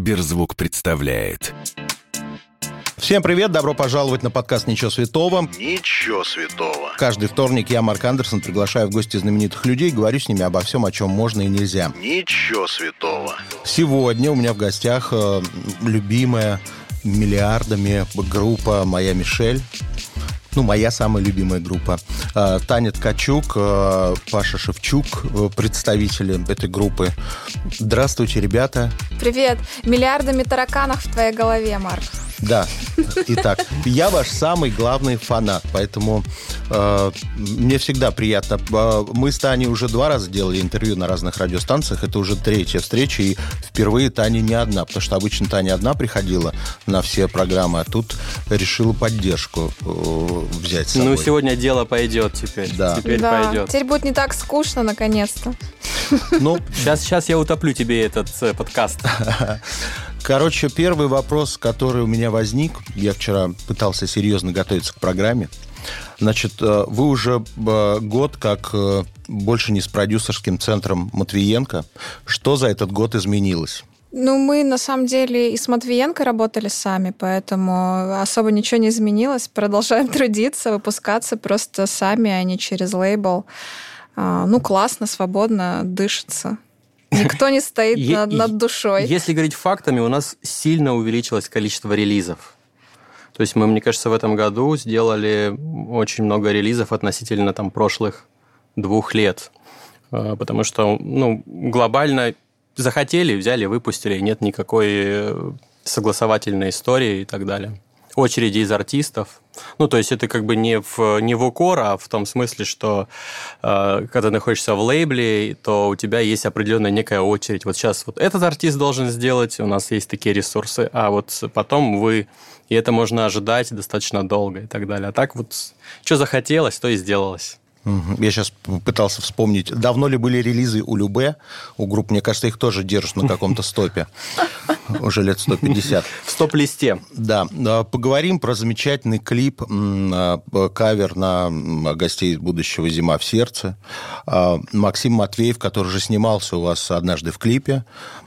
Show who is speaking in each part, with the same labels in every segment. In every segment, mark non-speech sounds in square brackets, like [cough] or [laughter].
Speaker 1: Сберзвук представляет.
Speaker 2: Всем привет, добро пожаловать на подкаст «Ничего святого».
Speaker 3: Ничего святого.
Speaker 2: Каждый вторник я, Марк Андерсон, приглашаю в гости знаменитых людей, говорю с ними обо всем, о чем можно и нельзя.
Speaker 3: Ничего святого.
Speaker 2: Сегодня у меня в гостях э, любимая миллиардами группа «Моя Мишель». Ну, моя самая любимая группа. Э, Таня Ткачук, э, Паша Шевчук, э, представители этой группы. Здравствуйте, ребята.
Speaker 4: Привет. Миллиардами тараканов в твоей голове, Марк.
Speaker 2: Да. Итак, я ваш самый главный фанат, поэтому э, мне всегда приятно. Э, Мы с Таней уже два раза делали интервью на разных радиостанциях. Это уже третья встреча, и впервые Таня не одна, потому что обычно Таня одна приходила на все программы, а тут решила поддержку э, взять с собой.
Speaker 5: Ну, сегодня дело пойдет теперь.
Speaker 2: Да.
Speaker 5: Теперь
Speaker 4: да.
Speaker 5: пойдет.
Speaker 4: Теперь будет не так скучно, наконец-то.
Speaker 2: Ну,
Speaker 5: Сейчас, сейчас я утоплю тебе этот э,
Speaker 4: [laughs]
Speaker 5: подкаст.
Speaker 2: Короче, первый вопрос, который у меня возник, я вчера пытался серьезно готовиться к программе. Значит, э, вы уже э, год как э, больше не с продюсерским центром Матвиенко. Что за этот год изменилось?
Speaker 4: Ну, мы на самом деле и с Матвиенко работали сами, поэтому особо ничего не изменилось. Продолжаем [laughs] трудиться, выпускаться просто сами, а не через лейбл. А, Ну, классно, свободно,
Speaker 5: [laughs]
Speaker 4: дышится. Никто не стоит
Speaker 5: Е-
Speaker 4: над,
Speaker 5: и-
Speaker 4: над душой.
Speaker 5: Если говорить фактами, у нас сильно увеличилось количество релизов. То есть мы, мне кажется, в этом году сделали очень много релизов относительно там прошлых двух лет. Э, Потому что, ну, глобально захотели, взяли, выпустили, нет никакой э, согласовательной истории и так далее. Очереди из артистов. Ну, то есть это как бы не в, не в укор, а в том смысле, что э, когда ты находишься в лейбле, то у тебя есть определенная некая очередь. Вот сейчас вот этот артист должен сделать, у нас есть такие ресурсы, а вот потом вы... И это можно ожидать достаточно долго и так далее. А так вот, что захотелось, то и сделалось.
Speaker 2: Мгм. Я сейчас пытался вспомнить, давно ли были релизы у Любе, у групп, мне кажется, их тоже держат на каком-то стопе. Уже лет 150.
Speaker 5: В стоп-листе.
Speaker 2: Да, э, поговорим про замечательный клип, м, э, п- кавер на м, гостей будущего «Зима в сердце». Э, Максим Матвеев, который же снимался у вас однажды в клипе.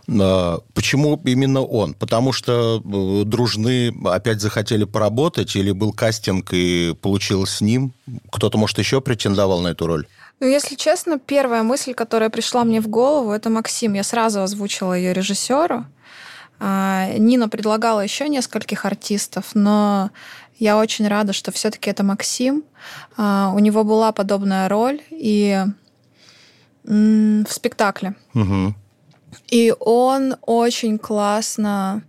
Speaker 2: Э, Почему именно он? Потому что э, дружны опять захотели поработать, или был кастинг и получилось с ним? Кто-то, может, еще претендовал на эту роль?
Speaker 4: Ну, если честно, первая мысль, которая пришла мне в голову, это Максим. Я сразу озвучила ее режиссеру. А, Нина предлагала еще нескольких артистов, но я очень рада, что все-таки это Максим. А, У него была подобная роль и м, в спектакле.
Speaker 2: Мгм.
Speaker 4: И он очень классно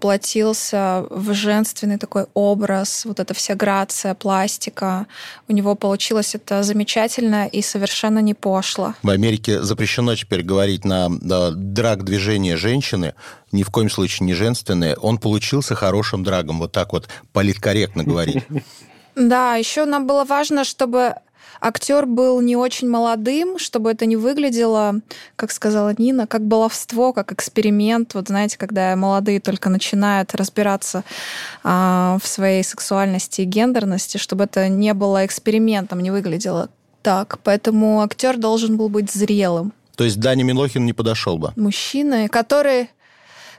Speaker 4: перевоплотился в женственный такой образ, вот эта вся грация, пластика. У него получилось это замечательно и совершенно не пошло.
Speaker 2: В Америке запрещено теперь говорить на да, драг движение женщины, ни в коем случае не женственное. Он получился хорошим драгом, вот так вот политкорректно говорить.
Speaker 4: Да, еще нам было важно, чтобы актер был не очень молодым, чтобы это не выглядело, как сказала Нина, как баловство, как эксперимент. Вот знаете, когда молодые только начинают разбираться а, в своей сексуальности и гендерности, чтобы это не было экспериментом, не выглядело так. Поэтому актер должен был быть зрелым
Speaker 2: То есть Даня Милохин не подошел бы.
Speaker 4: мужчиной, который,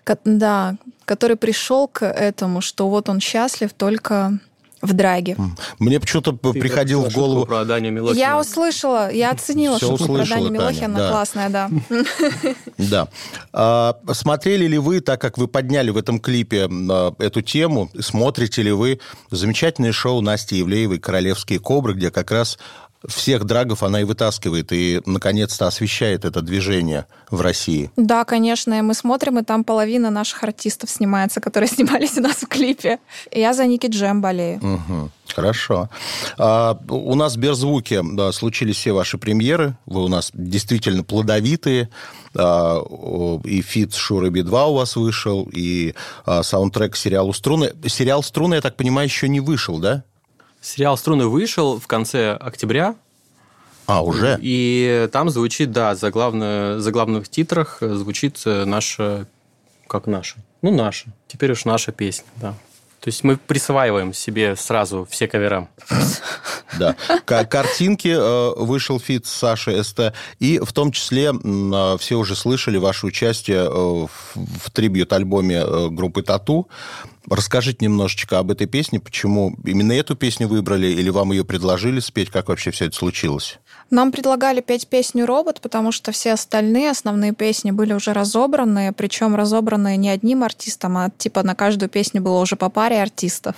Speaker 4: ко- да, который пришел к этому, что вот он счастлив только в драге.
Speaker 2: Мне почему-то
Speaker 5: Ты
Speaker 2: приходил в
Speaker 5: шутку
Speaker 2: голову...
Speaker 5: про Даню Милохина.
Speaker 4: Я услышала, я оценила
Speaker 2: Всё
Speaker 4: шутку про
Speaker 2: услышала,
Speaker 4: Даню
Speaker 2: Таня,
Speaker 4: Милохина.
Speaker 2: да.
Speaker 4: Классная, да.
Speaker 2: Да. А, смотрели ли вы, так как вы подняли в этом клипе а, эту тему, смотрите ли вы замечательное шоу Насти Евлеевой «Королевские кобры», где как раз всех драгов она и вытаскивает, и, наконец-то, освещает это движение в России.
Speaker 4: Да, конечно, и мы смотрим, и там половина наших артистов снимается, которые [laughs] снимались у нас в клипе. И я за Ники Джем болею.
Speaker 2: Мгм. Хорошо. А, у нас в Сберзвуке да, случились все ваши премьеры. Вы у нас действительно плодовитые. А, о, и фит с Шурой Би 2 у вас вышел, и а, саундтрек к сериалу «Струны». Сериал «Струны», я так понимаю, еще не вышел, да?
Speaker 5: Сериал «Струны» вышел в конце октября.
Speaker 2: А, уже?
Speaker 5: И там звучит, да, за главное, за главных титрах э, звучит э, наша... Как наша? Ну, наша. Теперь уж наша песня, да. То есть мы присваиваем себе сразу все кавера.
Speaker 2: Да. К- Картинки э, вышел фит Саши СТ. И в том числе м, э, все уже слышали ваше участие э, в, в трибьют-альбоме э, группы «Тату». Расскажите немножечко об этой песне, почему именно эту песню выбрали, или вам ее предложили спеть, как вообще все это случилось?
Speaker 4: Нам предлагали петь песню «Робот», потому что все остальные основные песни были уже разобраны, причем разобраны не одним артистом, а типа на каждую песню было уже по паре артистов.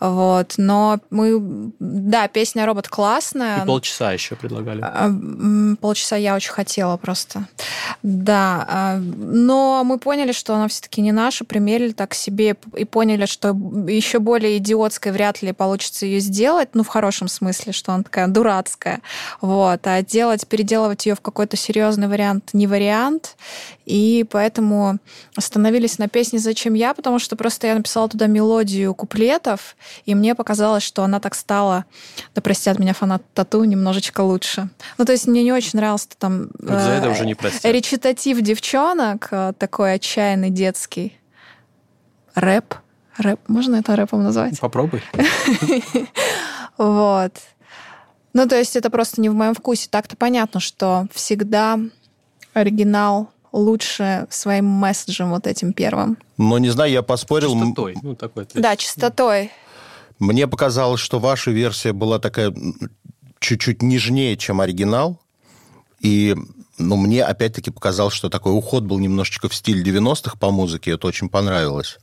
Speaker 4: Вот. Но мы... Да, песня «Робот» классная.
Speaker 5: И полчаса еще предлагали.
Speaker 4: Эм. А, м, Полчаса я очень хотела просто. Да, а, но мы поняли, что она все-таки не наша, примерили так к себе и поняли, что еще более идиотской вряд ли получится ее сделать, ну, в хорошем смысле, что она такая дурацкая. Вот, а делать, переделывать ее в какой-то серьезный вариант не вариант. И поэтому остановились на песне «Зачем я?», потому что просто я написала туда мелодию куплетов, и мне показалось, что она так стала, да простят меня фанат тату, немножечко лучше. Ну, то есть мне не очень нравился там
Speaker 5: Вот за это
Speaker 4: э,
Speaker 5: уже не простят.
Speaker 4: речитатив девчонок, э, такой отчаянный детский. Рэп. Рэп. Можно это рэпом назвать?
Speaker 5: Ну,
Speaker 4: [laughs]
Speaker 5: Попробуй.
Speaker 4: Вот. Ну, то есть это просто не в моем вкусе. Так-то понятно, что всегда оригинал лучше своим месседжем вот этим первым.
Speaker 2: Но не знаю, я поспорил. м,
Speaker 5: Частотой. Ну, такой. то есть.
Speaker 4: Да, чистотой.
Speaker 2: Мне показалось, что ваша версия была такая м, чуть-чуть нежнее, чем оригинал. И ну, мне опять-таки показалось, что такой уход был немножечко в стиль 90-х по музыке. Это очень понравилось.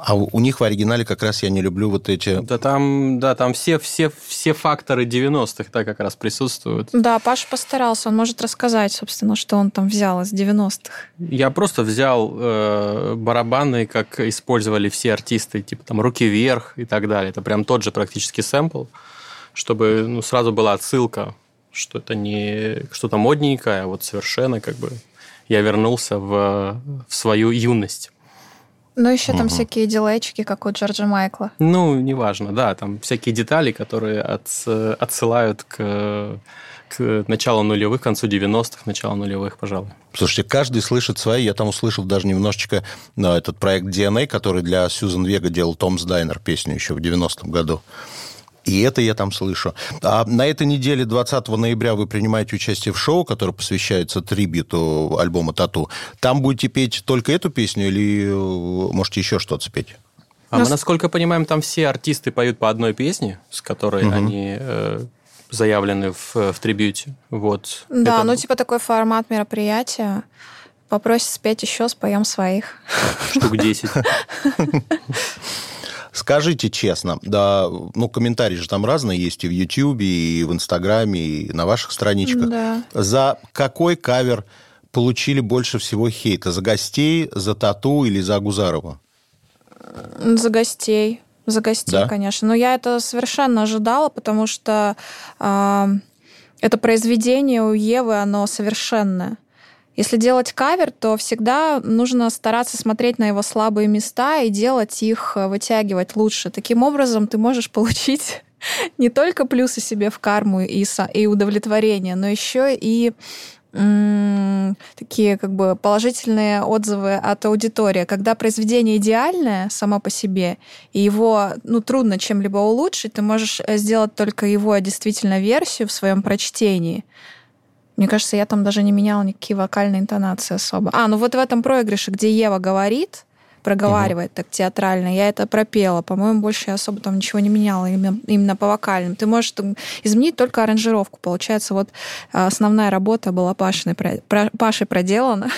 Speaker 2: А у у них в оригинале как раз я не люблю вот эти...
Speaker 5: Да там, да, там все, все, все факторы 90-х да, как раз присутствуют.
Speaker 4: Да, Паша постарался. Он может рассказать, собственно, что он там взял из 90-х.
Speaker 5: Я просто взял э, барабаны, как использовали все артисты, типа там руки вверх и так далее. Это прям тот же практически сэмпл, чтобы ну, сразу была отсылка, что это не что-то модненькое, а вот совершенно как бы я вернулся в, в свою юность.
Speaker 4: Ну, еще там всякие дилейчики, как у Джорджа Майкла.
Speaker 5: Ну, неважно, да, там всякие детали, которые отс- отсылают к, к началу нулевых, к концу 90-х, началу нулевых, пожалуй.
Speaker 2: Слушайте, каждый слышит свои. Я там услышал даже немножечко ну, этот проект DNA, который для Сьюзен Вега делал Томс Дайнер песню еще в 90-м году. И это я там слышу. А на этой неделе, 20 ноября, вы принимаете участие в шоу, которое посвящается трибюту альбома «Тату». Там будете петь только эту песню или э, можете еще что-то спеть?
Speaker 5: А
Speaker 4: Ну,
Speaker 5: мы,
Speaker 4: с-
Speaker 5: насколько понимаем, там все артисты поют по одной песне, с которой они э, заявлены в, в трибьюте. Вот.
Speaker 4: Да,
Speaker 5: Это
Speaker 4: ну, типа такой формат мероприятия. Попросит спеть еще, споем своих.
Speaker 5: штук 10.
Speaker 2: Скажите честно, да, ну, комментарии же там разные есть и в Ютьюбе, и в Инстаграме, и на ваших страничках.
Speaker 4: Да.
Speaker 2: За какой кавер получили больше всего хейта? За гостей, за тату или за Агузарова?
Speaker 4: За гостей. За гостей,
Speaker 2: Да?
Speaker 4: конечно. Но я это совершенно ожидала, потому что а, это произведение у Евы, оно совершенное. Если делать кавер, то всегда нужно стараться смотреть на его слабые места и делать их, э, вытягивать лучше. Таким образом, ты можешь получить [laughs] не только плюсы себе в карму и, со- и удовлетворение, но еще и м, такие как бы положительные отзывы от аудитории. Когда произведение идеальное само по себе, и его ну, трудно чем-либо улучшить, ты можешь э, сделать только его действительно версию в своем прочтении. Мне кажется, я там даже не меняла никакие вокальные интонации особо. А, ну вот в этом проигрыше, где Ева говорит, проговаривает так театрально, я это пропела. По-моему, больше я особо там ничего не меняла именно, именно по вокальным. Ты можешь там изменить только аранжировку. Получается, вот а, основная работа была Пашиной, про- про- Пашей проделана.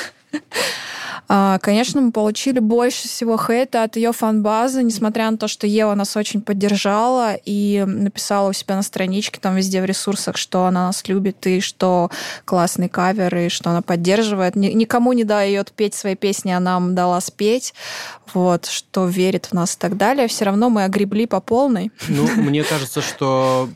Speaker 4: А, Конечно, мы получили больше всего хейта от ее фан-базы, несмотря на то, что Ева нас очень поддержала и написала у себя на страничке, там везде в ресурсах, что она нас любит и что классный кавер, и что она поддерживает. Ни- Никому не дает петь свои песни, а нам дала спеть, вот, что верит в нас и так далее. Все равно мы огребли по полной.
Speaker 5: Ну, мне кажется, что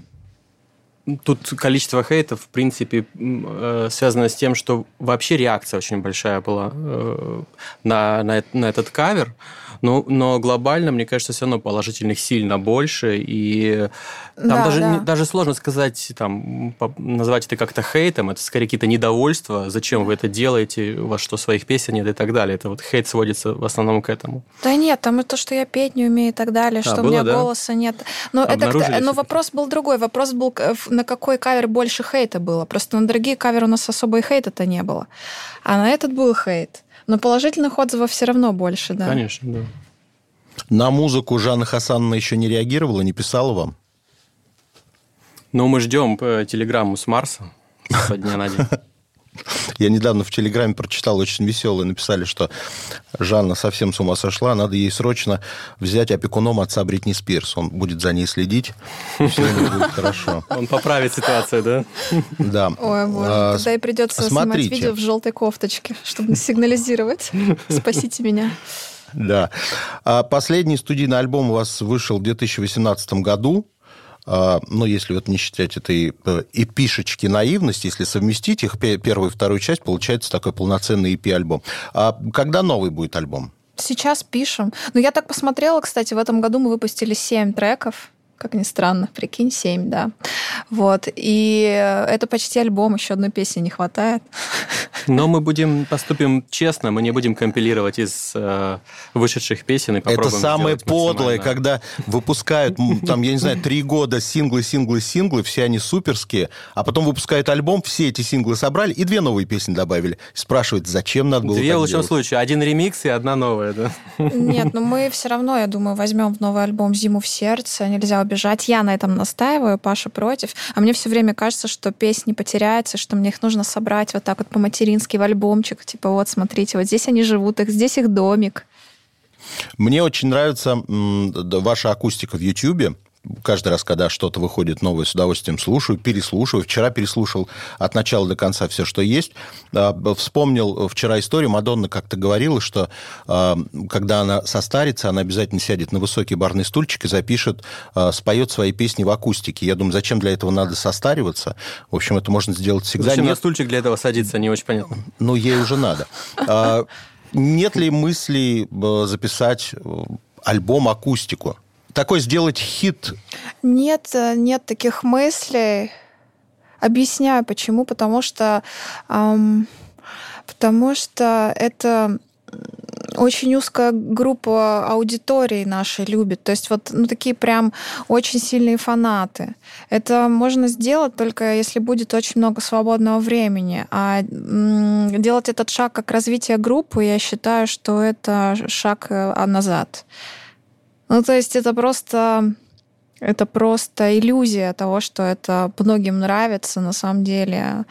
Speaker 5: тут количество хейтов, в принципе, м, э, связано с тем, что вообще реакция очень большая была э, на, на эт- на этот кавер. Но, но глобально, мне кажется, все равно положительных сильно больше. И там
Speaker 4: Да,
Speaker 5: даже,
Speaker 4: да.
Speaker 5: не- даже сложно сказать, там, по- назвать это как-то хейтом. Это скорее какие-то недовольства. Зачем вы это делаете? У вас что, своих песен нет и так далее. Это вот хейт сводится в основном к этому.
Speaker 4: Да нет, там и то, что я петь не умею и так далее, что у
Speaker 5: А, было,
Speaker 4: меня
Speaker 5: да?
Speaker 4: голоса нет. Но, это,
Speaker 5: Обнаружили
Speaker 4: к- но
Speaker 5: всё-таки?
Speaker 4: вопрос был другой. Вопрос был, к- в- на какой кавер больше хейта было. Просто на другие каверы у нас особо и хейта-то не было. А на этот был хейт. Но положительных отзывов все равно больше, да.
Speaker 5: Конечно, да.
Speaker 2: На музыку Жанна Хасановна еще не реагировала, не писала вам?
Speaker 5: Но мы ждем э, телеграмму с Марса со дня на день.
Speaker 2: Я недавно в Телеграме прочитал очень веселое, написали, что Жанна совсем с ума сошла, надо ей срочно взять опекуном отца Бритни Спирс. Он будет за ней следить, и все будет хорошо.
Speaker 5: Он поправит ситуацию, да?
Speaker 2: Да.
Speaker 4: Ой, боже,
Speaker 2: А,
Speaker 4: тогда и придется снимать
Speaker 2: смотрите.
Speaker 4: видео в желтой кофточке, [laughs] чтобы
Speaker 5: [laughs]
Speaker 4: сигнализировать. Спасите меня.
Speaker 2: Да. А Последний студийный альбом у вас вышел в 2018 году. А, Ну, если вот не считать этой э, эпишечки наивности, если совместить их, пе- первую и вторую часть, получается такой полноценный EP-альбом. А когда новый будет альбом?
Speaker 4: Сейчас пишем. Но я так посмотрела, кстати, в этом году мы выпустили 7 треков. Как ни странно, прикинь, 7, да. Вот. И это почти альбом, еще одной песни не хватает.
Speaker 5: Но мы будем поступим честно, мы не будем компилировать из э, вышедших песен и попробуем
Speaker 2: Это самое
Speaker 5: сделать
Speaker 2: подлое,
Speaker 5: максимально.
Speaker 2: когда выпускают, м, там, я не знаю, три года синглы, синглы, синглы, все они суперские, а потом выпускают альбом, все эти синглы собрали и две новые песни добавили. Спрашивают, зачем надо было
Speaker 5: Две
Speaker 2: так
Speaker 5: в лучшем
Speaker 2: делать?
Speaker 5: случае. Один ремикс и одна новая, да?
Speaker 4: Нет, но мы все равно, я думаю, возьмем в новый альбом «Зиму в сердце». Нельзя убежать. Я на этом настаиваю, Паша против. А мне все время кажется, что песни потеряются, что мне их нужно собрать вот так вот по-матерински в альбомчик. Типа вот, смотрите, вот здесь они живут, их здесь их домик.
Speaker 2: Мне очень нравится м, да, ваша акустика в Ютьюбе. Каждый раз, когда что-то выходит новое, с удовольствием слушаю, переслушиваю. Вчера переслушал от начала до конца все, что есть. А, б- Вспомнил вчера историю. Мадонна как-то говорила, что а, когда она состарится, она обязательно сядет на высокий барный стульчик и запишет, а, споет свои песни в акустике. Я думаю, зачем для этого надо состариваться? В общем, это можно сделать всегда.
Speaker 5: Зачем на
Speaker 2: Нет-
Speaker 5: стульчик для этого садиться, не очень понятно.
Speaker 2: ну, ей уже надо. А, Нет ли мысли э, записать э, альбом-акустику? Такой сделать хит.
Speaker 4: Нет, э, нет таких мыслей. Объясняю почему. Потому что, ам, потому что это м, очень узкая группа аудитории нашей любит. То есть вот ну, такие прям очень сильные фанаты. Это можно сделать только если будет очень много свободного времени. А м, делать этот шаг как развитие группы, я считаю, что это шаг э, назад. Ну, то есть это просто это просто иллюзия того, что это многим нравится, на самом деле,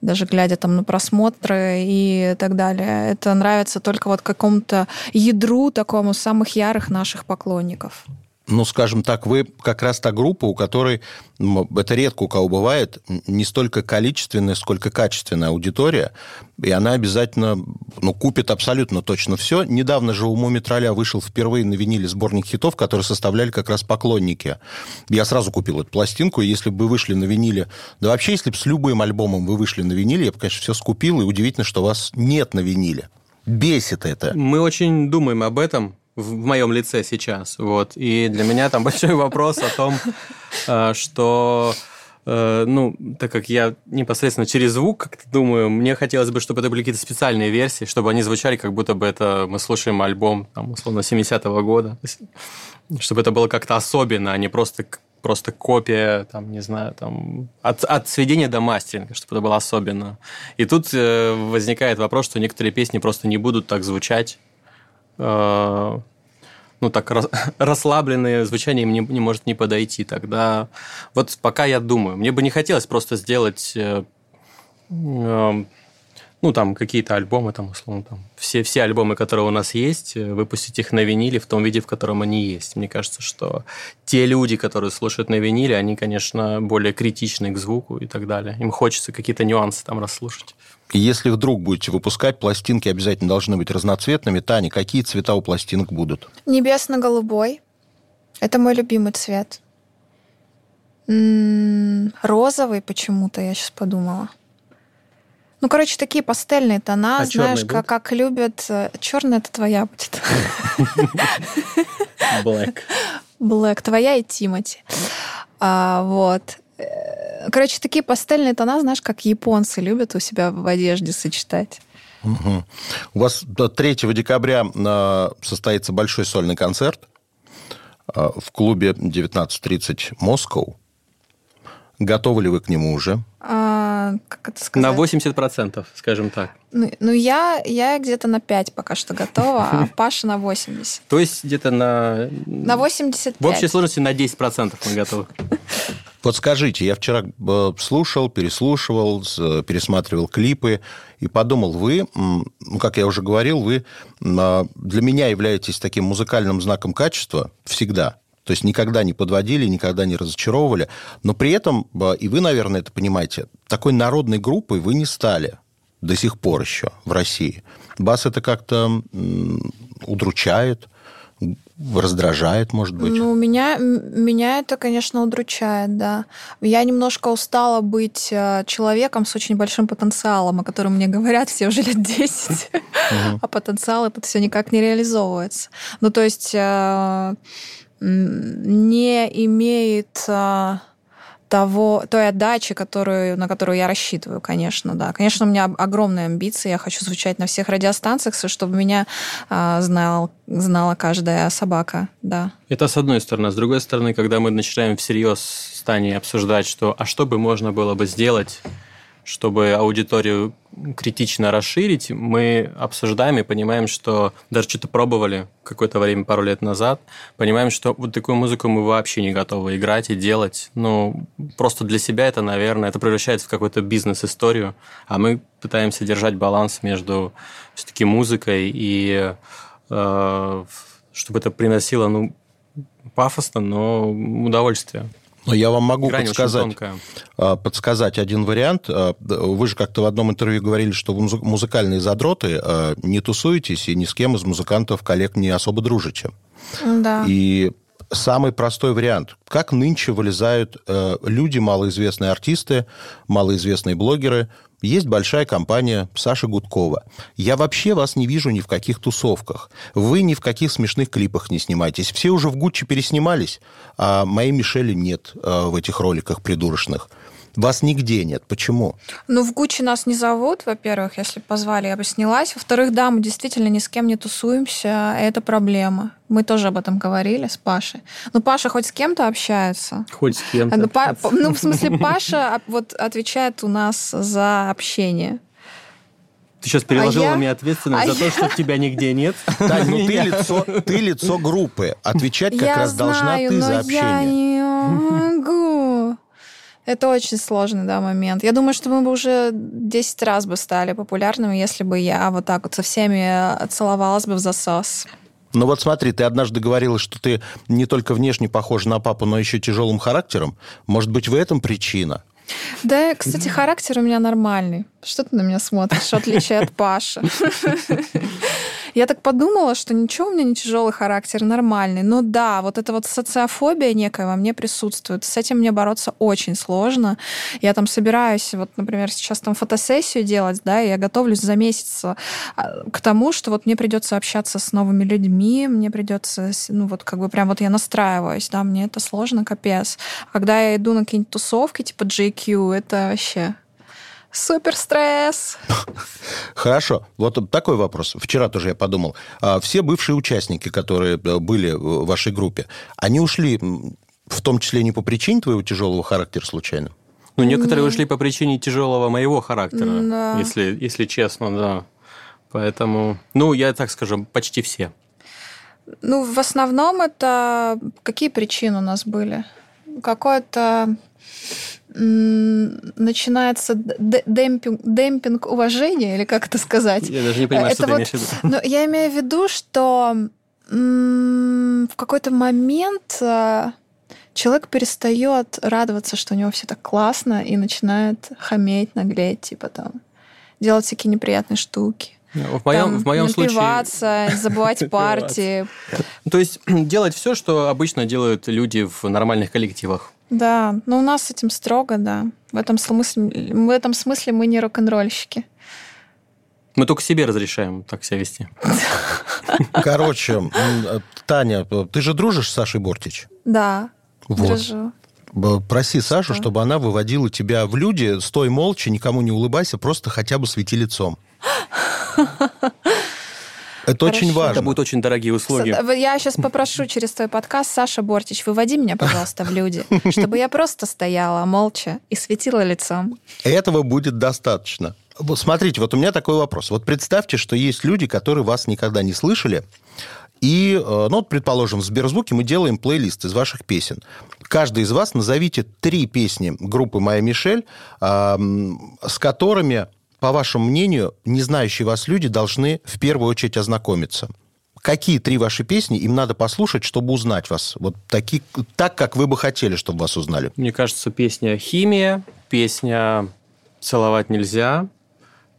Speaker 4: даже глядя там на просмотры и так далее. Это нравится только вот какому-то ядру такому самых ярых наших поклонников.
Speaker 2: Ну, скажем так, вы как раз та группа, у которой, м, это редко у кого бывает, м, не столько количественная, сколько качественная аудитория, и она обязательно ну, купит абсолютно точно все. Недавно же у Муми Тролля вышел впервые на виниле сборник хитов, которые составляли как раз поклонники. Я сразу купил эту пластинку, и если бы вы вышли на виниле, да вообще, если бы с любым альбомом вы вышли на виниле, я бы, конечно, все скупил, и удивительно, что вас нет на виниле. Бесит это.
Speaker 5: Мы очень думаем об этом в в моем лице сейчас. Вот. И для меня там [laughs] большой вопрос о том, э, что э, ну, так как я непосредственно через звук как-то думаю, мне хотелось бы, чтобы это были какие-то специальные версии, чтобы они звучали, как будто бы это мы слушаем альбом, там, условно, 70-го года. То есть, Чтобы это было как-то особенно, а не просто, к- просто копия, там, не знаю, там, от, от сведения до мастеринга, чтобы это было особенно. И тут э, возникает вопрос, что некоторые песни просто не будут так звучать, э, ну, так рас- [laughs] расслабленное звучание мне не может не подойти. Тогда вот пока я думаю, мне бы не хотелось просто сделать, э, э, ну, там, какие-то альбомы, там, условно, там, все, все альбомы, которые у нас есть, э, выпустить их на виниле в том виде, в котором они есть. Мне кажется, что те люди, которые слушают на виниле, они, конечно, более критичны к звуку и так далее. Им хочется какие-то нюансы там расслушать.
Speaker 2: И Если вдруг будете выпускать, пластинки обязательно должны быть разноцветными. Таня, какие цвета у пластинок будут?
Speaker 4: Небесно-голубой. Это мой любимый цвет. М-м, М, Розовый почему-то, я сейчас подумала. Ну, короче, такие пастельные тона,
Speaker 5: А
Speaker 4: знаешь,
Speaker 5: чёрный
Speaker 4: как,
Speaker 5: будет?
Speaker 4: как любят. Черная это твоя будет.
Speaker 5: Black.
Speaker 4: Блэк, твоя и Тимати. А, вот. Э, Короче, такие пастельные тона, знаешь, как японцы любят у себя в одежде сочетать.
Speaker 2: Мгм. У вас до 3 декабря э, состоится большой сольный концерт э, в клубе 19.30 Москва. Готовы ли вы к нему уже?
Speaker 4: А, как это сказать?
Speaker 5: На 80%, скажем так.
Speaker 4: Ну, ну, я, я где-то на 5 пока что готова, а Паша на 80.
Speaker 5: То есть где-то на...
Speaker 4: На 85.
Speaker 5: В общей сложности на 10% мы готовы.
Speaker 2: Вот скажите, я вчера э, слушал, переслушивал, с- э, пересматривал клипы и подумал, вы, м, ну, как я уже говорил, вы м, а, для меня являетесь таким музыкальным знаком качества всегда. То есть никогда не подводили, никогда не разочаровывали. Но при этом, э, и вы, наверное, это понимаете, такой народной группой вы не стали до сих пор еще в России. Вас это как-то м, удручает, м, раздражает, может быть?
Speaker 4: Ну, меня, м- меня это, конечно, удручает, да. Я немножко устала быть э, человеком с очень большим потенциалом, о котором мне говорят все уже лет 10, а потенциал это все никак не реализовывается. Ну, то есть э, м, не имеет э, того, той отдачи, которую, на которую я рассчитываю, конечно, да. Конечно, у меня об- огромные амбиции, я хочу звучать на всех радиостанциях, со- чтобы меня а, знал, знала каждая собака, да.
Speaker 5: Это с одной стороны. С другой стороны, когда мы начинаем всерьез с Таней обсуждать, что а что бы можно было бы сделать, чтобы аудиторию критично расширить, мы обсуждаем и понимаем, что даже что-то пробовали какое-то время, пару лет назад, понимаем, что вот такую музыку мы вообще не готовы играть и делать. Ну, просто для себя это, наверное, это превращается в какую-то бизнес-историю, а мы пытаемся держать баланс между все-таки музыкой и э, чтобы это приносило, ну, пафосно, но удовольствие.
Speaker 2: Но я вам могу
Speaker 5: Грань очень
Speaker 2: подсказать.
Speaker 5: тонкая.
Speaker 2: а, подсказать один вариант. А, д- Вы же как-то в одном интервью говорили, что вы музы- музыкальные задроты, а, не тусуетесь и ни с кем из музыкантов, коллег не особо дружите.
Speaker 4: Да.
Speaker 2: И самый простой вариант. Как нынче вылезают э, люди, малоизвестные артисты, малоизвестные блогеры. Есть большая компания Саши Гудкова. Я вообще вас не вижу ни в каких тусовках. Вы ни в каких смешных клипах не снимаетесь. Все уже в Гуччи переснимались, а моей Мишели нет э, в этих роликах придурочных. Вас нигде нет.
Speaker 4: [laughs]
Speaker 2: Почему?
Speaker 4: Ну, в Гуччи нас не зовут, во-первых, если б позвали, я бы снялась. Во-вторых, да, мы действительно ни с кем не тусуемся, это проблема. Мы тоже об этом говорили с Пашей. Но Паша хоть с кем-то общается.
Speaker 5: Хоть с
Speaker 4: А,
Speaker 5: кем-то.
Speaker 4: Ну, Па- Па- ну, в смысле, Паша а, вот отвечает у нас за общение.
Speaker 5: Ты сейчас переложила
Speaker 4: А я-
Speaker 5: на меня ответственность
Speaker 4: а
Speaker 5: за то, что тебя нигде нет.
Speaker 2: Тань, ну ты
Speaker 5: Меня.
Speaker 2: лицо, ты лицо группы. Отвечать как
Speaker 4: я
Speaker 2: раз должна
Speaker 4: знаю,
Speaker 2: ты
Speaker 4: но
Speaker 2: за общение.
Speaker 4: я не могу. Это очень сложный да, момент. Я думаю, что мы бы уже 10 раз бы стали популярными, если бы я вот так вот со всеми целовалась бы в засос.
Speaker 2: Ну вот смотри, ты однажды говорила, что ты не только внешне похожа на папу, но еще тяжелым характером. Может быть, в этом причина?
Speaker 4: Да, кстати, характер у меня нормальный. Что ты на меня смотришь, в отличие от Паши? Я так подумала, что ничего у меня не тяжелый характер, нормальный. Но да, вот эта вот социофобия некая во мне присутствует. С этим мне бороться очень сложно. Я там собираюсь, вот, например, сейчас там фотосессию делать, да, и я готовлюсь за месяц а, к тому, что вот мне придется общаться с новыми людьми, мне придется, с- ну, вот как бы прям вот я настраиваюсь, да, мне это сложно, капец. А Когда я иду на какие-нибудь тусовки, типа JQ, это вообще супер стресс.
Speaker 2: Хорошо. Вот такой вопрос. Вчера тоже я подумал. А, Все бывшие участники, которые э, были в вашей группе, они ушли м, в том числе не по причине твоего тяжелого характера случайно?
Speaker 5: Ну, некоторые ушли по причине тяжелого моего характера,
Speaker 4: Да.
Speaker 5: если, если честно, да. Поэтому, ну, я так скажу, почти все.
Speaker 4: Ну, в основном это какие причины у нас были? Какое-то м, начинается д- д- демпинг, демпинг уважения, или как это сказать?
Speaker 5: Я даже не понимаю,
Speaker 4: Это
Speaker 5: что ты
Speaker 4: вот-
Speaker 5: имеешь
Speaker 4: [laughs]
Speaker 5: в виду.
Speaker 4: Но я имею в виду, что м, в какой-то момент э, человек перестает радоваться, что у него все так классно, и начинает хамить, наглеть, типа там, делать всякие неприятные штуки.
Speaker 5: В моем,
Speaker 4: там,
Speaker 5: в моем случае... ну,
Speaker 4: напиваться,
Speaker 5: [laughs]
Speaker 4: забывать партии.
Speaker 5: То есть [clears throat] делать все, что обычно делают люди в нормальных коллективах.
Speaker 4: Да, но у нас с этим строго, да. В этом смысле, в этом смысле мы не рок-н-ролльщики.
Speaker 5: Мы только себе разрешаем так себя вести.
Speaker 2: Короче, м, э, Таня, э, ты же дружишь с Сашей Бортич?
Speaker 4: Да,
Speaker 2: Вот.
Speaker 4: дрожу.
Speaker 2: Б- Проси Сашу,
Speaker 4: Что?
Speaker 2: чтобы она выводила тебя в люди, стой молча, никому не улыбайся, просто хотя бы свети лицом. Это очень
Speaker 4: Хорошо.
Speaker 5: Это
Speaker 2: важно.
Speaker 5: будут очень дорогие услуги.
Speaker 4: С- э, Я сейчас попрошу через твой подкаст, Саша Бортич, выводи меня, пожалуйста, в люди, чтобы я просто стояла молча и светила лицом.
Speaker 2: Этого будет достаточно. Вот Смотрите, вот у меня такой вопрос. Вот представьте, что есть люди, которые вас никогда не слышали, и, э, ну, вот, предположим, в Сберзвуке мы делаем плейлист из ваших песен. Каждый из вас назовите три песни группы «Моя Мишель», а, м, с которыми, по вашему мнению, не знающие вас люди должны в первую очередь ознакомиться. Какие три ваши песни им надо послушать, чтобы узнать вас? Вот таки, так, как вы бы хотели, чтобы вас узнали.
Speaker 5: Мне кажется, песня «Химия», песня «Целовать нельзя»,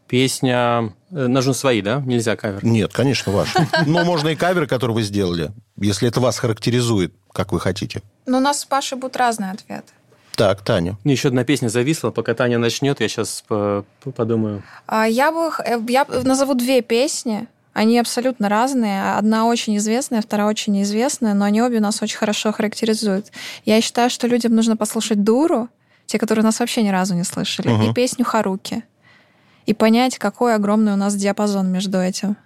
Speaker 5: песня... э, Нужны свои, да? Нельзя кавер.
Speaker 2: Нет, конечно, ваши. Но можно и каверы, которые вы сделали, если это вас характеризует, как вы хотите.
Speaker 4: Но у нас с Пашей будут разные ответы.
Speaker 2: Так, Таня.
Speaker 5: Мне еще одна песня зависла, пока Таня начнет, я сейчас подумаю.
Speaker 4: А, Я бы х- э, я б- назову две песни. Они абсолютно разные. Одна очень известная, вторая очень неизвестная, но они обе нас очень хорошо характеризуют. Я считаю, что людям нужно послушать Дуру, те, которые нас вообще ни разу не слышали,
Speaker 2: Мгм.
Speaker 4: и песню Харуки. И понять, какой огромный у нас диапазон между этим.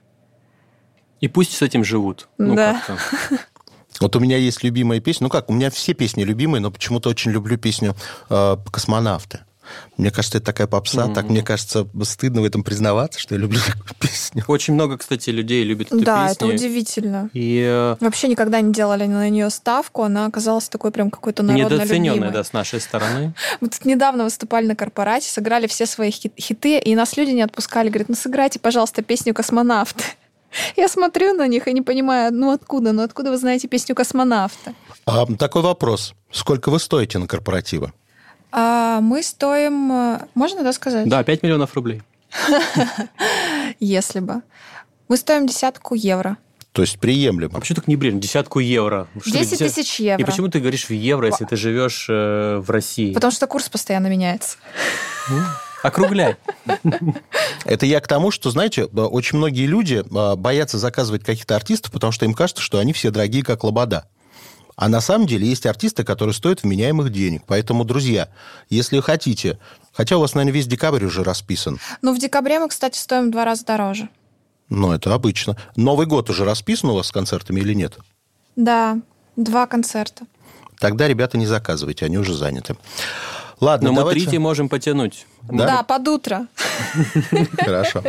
Speaker 5: И пусть с этим живут. Ну,
Speaker 4: Да.
Speaker 5: как-то.
Speaker 2: Вот у меня есть любимая песня. Ну как, у меня все песни любимые, но почему-то очень люблю песню э, «Космонавты». Мне кажется, это такая попса. Так, мне кажется, стыдно в этом признаваться, что я люблю [laughs] такую песню.
Speaker 5: Очень много, кстати, людей любит эту
Speaker 4: да, это
Speaker 5: песню.
Speaker 4: удивительно.
Speaker 5: И э,
Speaker 4: Вообще никогда не делали на нее ставку, она оказалась такой прям какой-то народно
Speaker 5: недооцененная,
Speaker 4: любимой.
Speaker 5: да, с нашей стороны.
Speaker 4: Мы тут недавно выступали на корпорате, сыграли все свои хит- хиты, и нас люди не отпускали. Говорят, ну сыграйте, пожалуйста, песню «Космонавты». [laughs] Я смотрю на них и не понимаю, ну откуда, ну откуда вы знаете песню «Космонавта»?
Speaker 2: А, такой вопрос. Сколько вы стоите на корпоративы?
Speaker 4: А мы стоим... э, Можно да сказать?
Speaker 5: Да, 5 миллионов рублей.
Speaker 4: Если бы. Мы стоим десятку евро.
Speaker 2: То есть
Speaker 5: А
Speaker 2: приемлемо.
Speaker 5: почему так не брежем? Десятку евро. Что ли,
Speaker 4: 10
Speaker 5: десят-
Speaker 4: тысяч евро.
Speaker 5: И почему ты говоришь в евро, если ты живешь э, в России?
Speaker 4: Потому что курс постоянно меняется. [laughs]
Speaker 5: Округляй.
Speaker 2: Это я к тому, что, знаете, э, очень многие люди э, боятся заказывать каких-то артистов, потому что им кажется, что они все дорогие, как лобода. А на самом деле есть артисты, которые стоят вменяемых денег. Поэтому, друзья, если хотите... Хотя у вас, наверное, весь декабрь уже расписан.
Speaker 4: Но Ну, в декабре мы, кстати, стоим в два раза дороже.
Speaker 2: Но это обычно. Новый год уже расписан у вас с концертами или нет?
Speaker 4: Да, два концерта.
Speaker 2: Тогда, ребята, не заказывайте, они уже заняты. Ладно,
Speaker 5: Но Ну, мы
Speaker 2: давайте...
Speaker 5: третий можем потянуть. [laughs]
Speaker 2: Да?
Speaker 4: да под утро.
Speaker 2: Хорошо.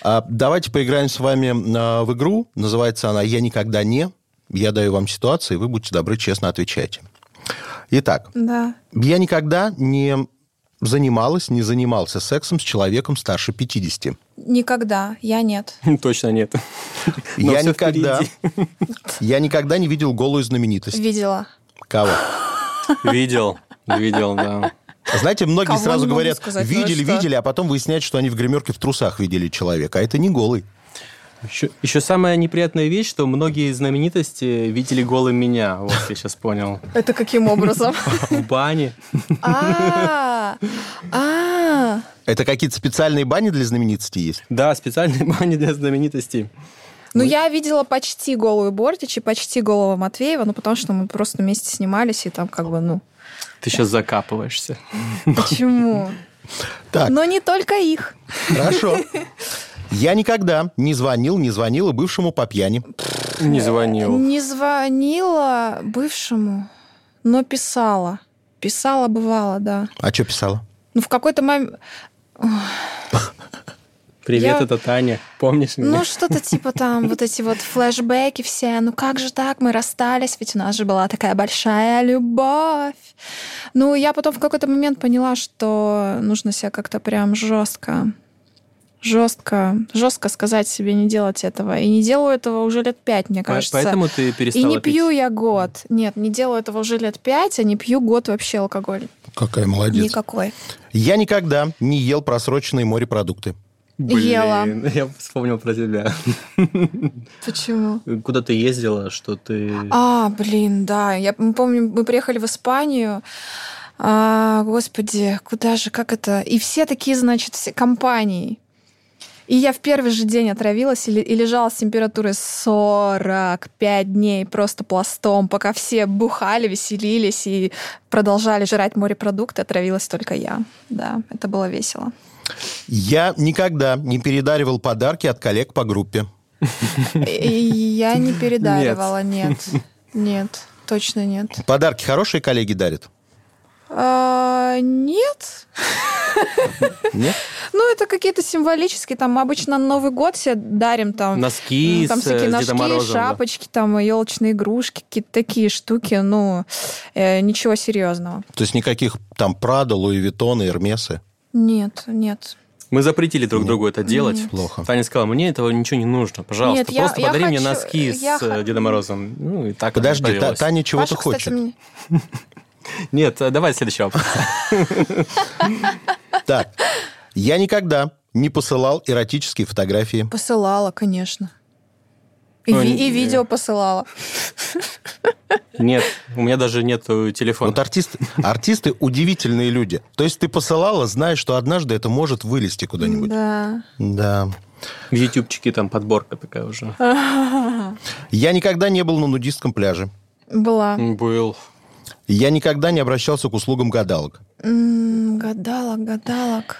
Speaker 2: А, Давайте поиграем с вами а, в игру. Называется она «Я никогда не». Я даю вам ситуацию, и вы будьте добры, честно отвечайте. Итак,
Speaker 4: Да.
Speaker 2: я никогда не занималась, не занимался сексом с человеком старше 50.
Speaker 4: Никогда. Я нет.
Speaker 5: Точно нет. Но
Speaker 2: Я
Speaker 5: всё
Speaker 2: никогда,
Speaker 5: впереди.
Speaker 2: [laughs] я никогда не видел голую знаменитость.
Speaker 4: Видела.
Speaker 2: Кого?
Speaker 5: Видел, видел, да.
Speaker 2: Знаете, многие
Speaker 4: Кого
Speaker 2: сразу
Speaker 4: не могу
Speaker 2: говорят,
Speaker 4: сказать, ну
Speaker 2: видели,
Speaker 4: что?»
Speaker 2: видели, а потом выясняют, что они в гримерке в трусах видели человека, а это не голый.
Speaker 5: Еще, самая неприятная вещь, что многие знаменитости видели голым меня. Вот я сейчас понял. [laughs]
Speaker 4: Это каким образом?
Speaker 5: В бане.
Speaker 4: А, а,
Speaker 2: Это какие-то специальные бани для знаменитостей есть?
Speaker 5: Да, специальные бани для знаменитостей.
Speaker 4: Ну, я видела почти голую Бортич и почти голого Матвеева, ну, потому что мы просто вместе снимались, и там как бы, ну,
Speaker 5: Ты сейчас закапываешься.
Speaker 4: почему?
Speaker 2: Так.
Speaker 4: Но не только их.
Speaker 2: Хорошо. Я никогда не звонил, не звонила бывшему по пьяни.
Speaker 5: Не звонил.
Speaker 4: Не звонила бывшему, но писала. Писала, бывало, да.
Speaker 2: А что писала?
Speaker 4: Ну, в какой-то момент...
Speaker 5: Привет,
Speaker 4: Я-
Speaker 5: это Таня. Помнишь меня?
Speaker 4: Ну, что-то типа там вот эти вот флешбеки все. Ну, как же так? Мы расстались, ведь у нас же была такая большая любовь. Ну, я потом в какой-то момент поняла, что нужно себя как-то прям жестко жестко, жестко сказать себе не делать этого. И не делаю этого уже лет пять, мне
Speaker 5: По-
Speaker 4: кажется.
Speaker 5: Поэтому ты
Speaker 4: и
Speaker 5: перестала
Speaker 4: не
Speaker 5: пить.
Speaker 4: пью я год. Нет, не делаю этого уже лет пять, а не пью год вообще алкоголь.
Speaker 2: Какая молодец.
Speaker 4: Никакой.
Speaker 2: Я никогда не ел просроченные морепродукты.
Speaker 4: Ела. А.
Speaker 5: Блин, [laughs] я вспомнил про тебя.
Speaker 4: Почему?
Speaker 5: Куда ты ездила, что ты...
Speaker 4: А, блин, да. Я м- помню, мы приехали в Испанию. А, господи, куда же, как это? И все такие, значит, все компании. И я в первый же день отравилась и, ле- и лежала с температурой 45 дней просто пластом, пока все бухали, веселились и продолжали жрать морепродукты, отравилась только я. Да, это было весело.
Speaker 2: Я никогда не передаривал подарки от коллег по группе.
Speaker 4: И- и я не передаривала, нет. Нет, точно нет.
Speaker 2: Подарки хорошие коллеги дарят?
Speaker 4: А, нет.
Speaker 2: Нет?
Speaker 4: Ну, это какие-то символические. Там обычно на Новый год все дарим там.
Speaker 5: Носки
Speaker 4: ну, там
Speaker 5: с, э,
Speaker 4: всякие
Speaker 5: с
Speaker 4: носки,
Speaker 5: Дедом Морозом. да.
Speaker 4: шапочки, там елочные игрушки, какие-то такие штуки. Ну, э, ничего серьезного.
Speaker 2: То есть никаких там Прада, Луи Виттона, Эрмесы?
Speaker 4: Нет, нет.
Speaker 5: Мы запретили друг другу это делать.
Speaker 2: Плохо.
Speaker 5: Таня сказала, мне этого ничего не нужно. Пожалуйста,
Speaker 4: Нет, я-
Speaker 5: просто
Speaker 4: я
Speaker 5: подари мне
Speaker 4: хочу-
Speaker 5: носки
Speaker 4: я
Speaker 5: с
Speaker 4: х-
Speaker 5: э, Дедом Морозом. Ну, и так оно
Speaker 2: Подожди, Та-
Speaker 5: повелось.
Speaker 2: Таня чего-то
Speaker 4: Паша, кстати,
Speaker 2: хочет.
Speaker 4: мне-
Speaker 5: Нет, э, давай следующий вопрос.
Speaker 2: [laughs] Так, я никогда не посылал эротические фотографии.
Speaker 4: посылала, конечно. И,
Speaker 5: Ну,
Speaker 4: ви-
Speaker 5: не-
Speaker 4: и видео посылала.
Speaker 5: Нет, у меня даже нет телефона.
Speaker 2: Вот артисты, артисты удивительные люди. То есть ты посылала, зная, что однажды это может вылезти куда-нибудь.
Speaker 4: Да.
Speaker 2: Да.
Speaker 5: В ютубчике там подборка такая уже.
Speaker 4: А.
Speaker 2: Я никогда не был на нудистском пляже.
Speaker 4: Была.
Speaker 5: Был.
Speaker 2: Я никогда не обращался к услугам гадалок.
Speaker 4: М, Гадалок, гадалок.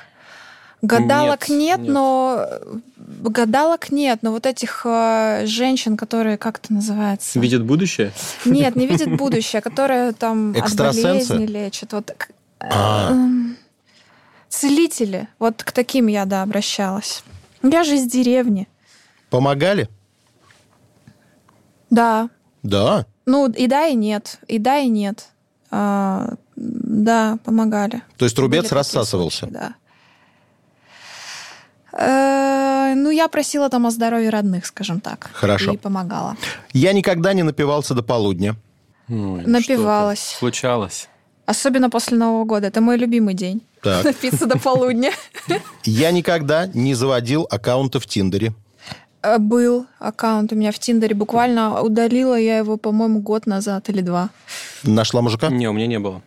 Speaker 4: Гадалок нет,
Speaker 5: Нет, нет.
Speaker 4: но э, гадалок нет, но вот этих э, женщин, которые как это называется?
Speaker 5: Видит будущее?
Speaker 4: Нет, не видят будущее, которые там от
Speaker 2: Экстрасенсы?
Speaker 4: болезни лечат. Вот к-
Speaker 2: А.
Speaker 4: эм, целители. Вот к таким я да обращалась. Я же из деревни.
Speaker 2: Помогали?
Speaker 4: Да.
Speaker 2: Да.
Speaker 4: Ну и да и нет, и да и нет. А, да, помогали.
Speaker 2: То есть
Speaker 4: Были
Speaker 2: рубец
Speaker 4: такие
Speaker 2: рассасывался.
Speaker 4: случаи, да. Э, Ну, я просила там о здоровье родных, скажем так.
Speaker 2: Хорошо.
Speaker 4: И помогала.
Speaker 2: Я никогда не напивался до полудня.
Speaker 5: Ну, и
Speaker 4: Напивалась.
Speaker 5: что-то Случалось.
Speaker 4: Особенно после Нового года. Это мой любимый день.
Speaker 2: Так.
Speaker 4: [laughs] Напиться до полудня.
Speaker 2: Я никогда не заводил аккаунта в Тиндере.
Speaker 4: Э, Был аккаунт у меня в Тиндере. Буквально удалила я его, по-моему, год назад или два.
Speaker 2: Нашла мужика?
Speaker 5: Не, у меня не было.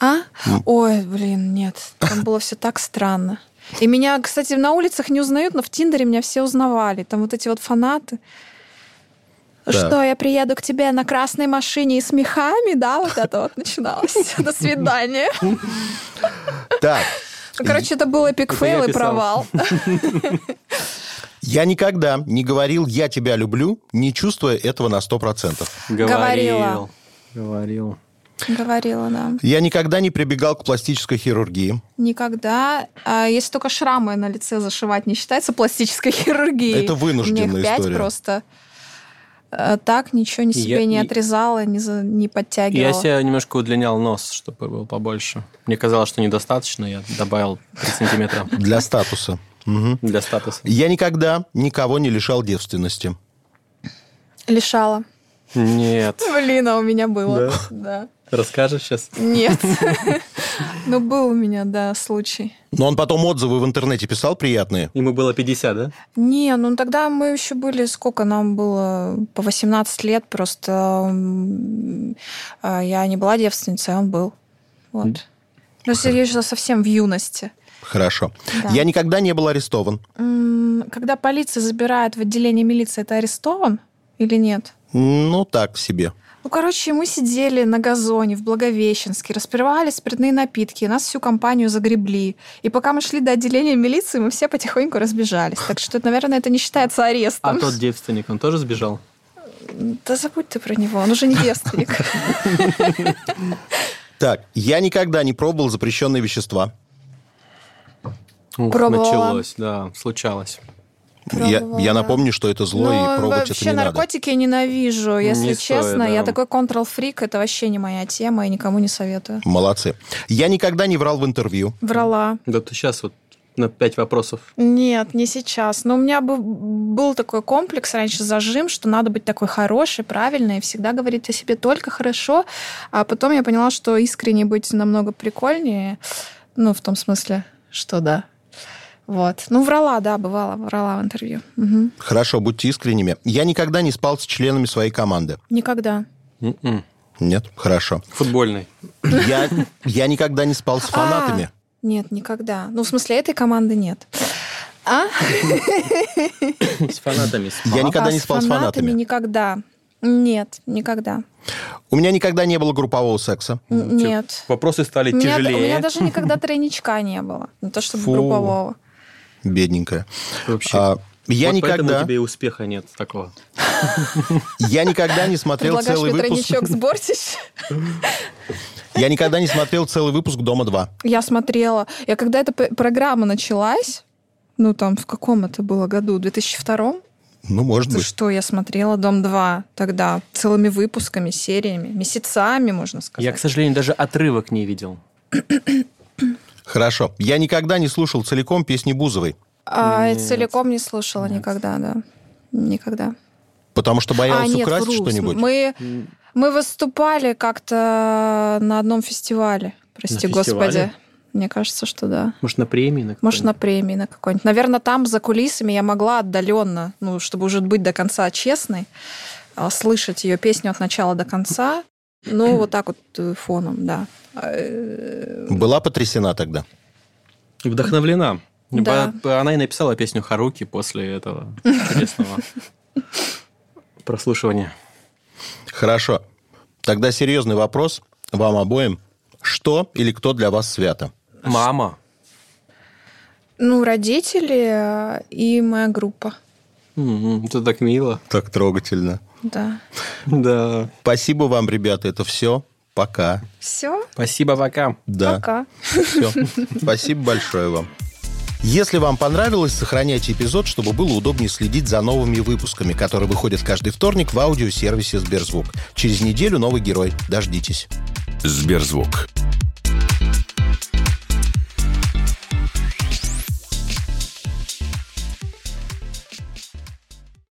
Speaker 4: А?
Speaker 5: Ну.
Speaker 4: Ой, блин, нет. Там было все так странно. И меня, кстати, на улицах не узнают, но в Тиндере меня все узнавали. Там вот эти вот фанаты.
Speaker 2: Так.
Speaker 4: Что, я приеду к тебе на красной машине и с мехами, да? Вот это вот начиналось. [laughs] До свидания.
Speaker 2: Так.
Speaker 4: [laughs] Ну, Короче, это был эпик
Speaker 5: Это я
Speaker 4: фейл и
Speaker 5: писал. [laughs]
Speaker 4: провал.
Speaker 2: Я никогда не говорил «я тебя люблю», не чувствуя этого на 100%.
Speaker 4: Говорила.
Speaker 5: Говорил. Говорил.
Speaker 4: Говорила, да.
Speaker 2: Я никогда не прибегал к пластической хирургии.
Speaker 4: Никогда. А если только шрамы на лице зашивать, не считается пластической [laughs] хирургией.
Speaker 2: Это вынужденная
Speaker 4: У меня их пять
Speaker 2: история.
Speaker 4: просто. Э, Так ничего ни себе
Speaker 5: Я-
Speaker 4: не
Speaker 5: и-
Speaker 4: отрезала, не, за- не подтягивала.
Speaker 5: Я себе немножко удлинял нос, чтобы был побольше. Мне казалось, что недостаточно, я добавил 3 сантиметра
Speaker 2: Для статуса. Мгм.
Speaker 5: для статуса.
Speaker 2: Я никогда никого не лишал девственности.
Speaker 4: Лишала. [laughs]
Speaker 5: Нет.
Speaker 4: Блин, а у меня было. Да.
Speaker 5: Расскажешь сейчас?
Speaker 4: Нет. [laughs] Ну, был у меня, да, случай.
Speaker 2: Но он потом отзывы в интернете писал приятные.
Speaker 5: Ему было 50, да?
Speaker 4: Не, ну тогда мы еще были, сколько нам было, по 18 лет, просто м, а, я не была девственницей, а он был. Вот. Ну, если речь шла совсем в юности.
Speaker 2: Хорошо.
Speaker 4: Да.
Speaker 2: Я никогда не был арестован.
Speaker 4: М, Когда полиция забирает в отделение милиции, это арестован или нет?
Speaker 2: Ну, так себе.
Speaker 4: Ну, короче, мы сидели на газоне в Благовещенске, распивали спиртные напитки, и нас всю компанию загребли. И пока мы шли до отделения милиции, мы все потихоньку разбежались. Так что, наверное, это не считается
Speaker 5: А
Speaker 4: арестом.
Speaker 5: тот девственник, он тоже сбежал?
Speaker 4: Да забудь ты про него, он уже не девственник.
Speaker 2: Так, я никогда не пробовал запрещенные вещества.
Speaker 5: Ух,
Speaker 4: Пробовала.
Speaker 5: Началось, да, случалось.
Speaker 2: Я,
Speaker 4: Пробовала,
Speaker 2: я
Speaker 4: да.
Speaker 2: напомню, что это зло,
Speaker 4: Ну,
Speaker 2: и пробовать это
Speaker 4: вообще
Speaker 2: не надо.
Speaker 4: наркотики я ненавижу, если
Speaker 5: Не стоит,
Speaker 4: честно. Я
Speaker 5: да.
Speaker 4: такой контрол-фрик, это вообще не моя тема, и никому не советую.
Speaker 2: Молодцы. Я никогда не врал в интервью.
Speaker 4: Врала.
Speaker 5: Да ты сейчас вот на пять вопросов.
Speaker 4: Нет, не сейчас. Но у меня бы- был такой комплекс раньше зажим, что надо быть такой хорошей, правильной, и всегда говорить о себе только хорошо. А потом я поняла, что искренне быть намного прикольнее. Ну, в том смысле, что да. Вот. Ну, врала, да, бывала, врала в интервью. Мгм.
Speaker 2: Хорошо, будьте искренними. Я никогда не спал с членами своей команды.
Speaker 4: Никогда.
Speaker 5: М-м.
Speaker 2: Нет? Хорошо.
Speaker 5: Футбольный.
Speaker 2: Я, я никогда не спал с фанатами.
Speaker 4: А, нет, никогда. Ну, в смысле, этой команды нет. А?
Speaker 5: С фанатами.
Speaker 2: Я никогда
Speaker 4: А
Speaker 2: не спал с фанатами.
Speaker 4: Никогда. Нет, никогда.
Speaker 2: У меня никогда не было группового секса.
Speaker 4: Н- Нет.
Speaker 5: Вопросы стали
Speaker 4: У меня, у
Speaker 5: тяжелее.
Speaker 4: меня даже
Speaker 5: [laughs]
Speaker 4: никогда тройничка не было. Не то чтобы
Speaker 5: Фу.
Speaker 4: группового.
Speaker 2: Бедненькая.
Speaker 5: Вообще.
Speaker 2: А, я,
Speaker 5: Вот
Speaker 2: никогда,
Speaker 5: поэтому тебе и успеха нет такого.
Speaker 2: я никогда не смотрел
Speaker 4: Предлагаешь
Speaker 2: целый
Speaker 4: мне
Speaker 2: выпуск.
Speaker 5: [laughs]
Speaker 4: тройничок с Бортич?
Speaker 2: Я никогда не смотрел целый выпуск Дома 2.
Speaker 4: Я смотрела. Я когда эта п- программа началась, ну там в каком это было году, в 2002
Speaker 2: Ну, может
Speaker 4: Ты
Speaker 2: быть.
Speaker 4: что, я смотрела «Дом-2» тогда целыми выпусками, сериями, месяцами, можно сказать.
Speaker 5: Я, к сожалению, даже отрывок не видел.
Speaker 2: Хорошо. Я никогда не слушал целиком песни Бузовой,
Speaker 4: А,
Speaker 5: Нет.
Speaker 4: целиком не слушала никогда, да. Никогда.
Speaker 2: потому что
Speaker 4: а,
Speaker 2: боялась
Speaker 4: нет,
Speaker 2: украсть
Speaker 4: вру.
Speaker 2: что-нибудь.
Speaker 4: Мы, мы выступали как-то на одном фестивале, прости
Speaker 5: На
Speaker 4: господи.
Speaker 5: фестивале?
Speaker 4: Мне кажется, что да.
Speaker 5: Может, на премии? На
Speaker 4: Может, на
Speaker 5: какой-нибудь?
Speaker 4: премии на какой-нибудь. Наверное, там за кулисами я могла отдаленно, ну, чтобы уже быть до конца честной, а, слышать ее песню от начала до конца. Ну, вот так вот э, фоном, да. Э,
Speaker 2: Была потрясена тогда.
Speaker 5: Вдохновлена.
Speaker 4: Да.
Speaker 5: Бо- Она и написала песню Харуки после этого
Speaker 4: [laughs]
Speaker 5: чудесного прослушивания.
Speaker 2: Хорошо. Тогда серьезный вопрос вам обоим. Что или кто для вас свято?
Speaker 5: Мама.
Speaker 4: Ну, родители э, и моя группа,
Speaker 5: М, Это так мило.
Speaker 2: Так трогательно.
Speaker 4: да.
Speaker 5: Да.
Speaker 2: Спасибо вам, ребята. Это все. Пока.
Speaker 4: Все,
Speaker 5: Спасибо, пока.
Speaker 2: Да.
Speaker 4: пока.
Speaker 2: Все. [laughs] Спасибо большое вам. Если вам понравилось, сохраняйте эпизод, чтобы было удобнее следить за новыми выпусками, которые выходят каждый вторник в аудиосервисе Сберзвук. Через неделю новый герой. Дождитесь.
Speaker 1: Сберзвук.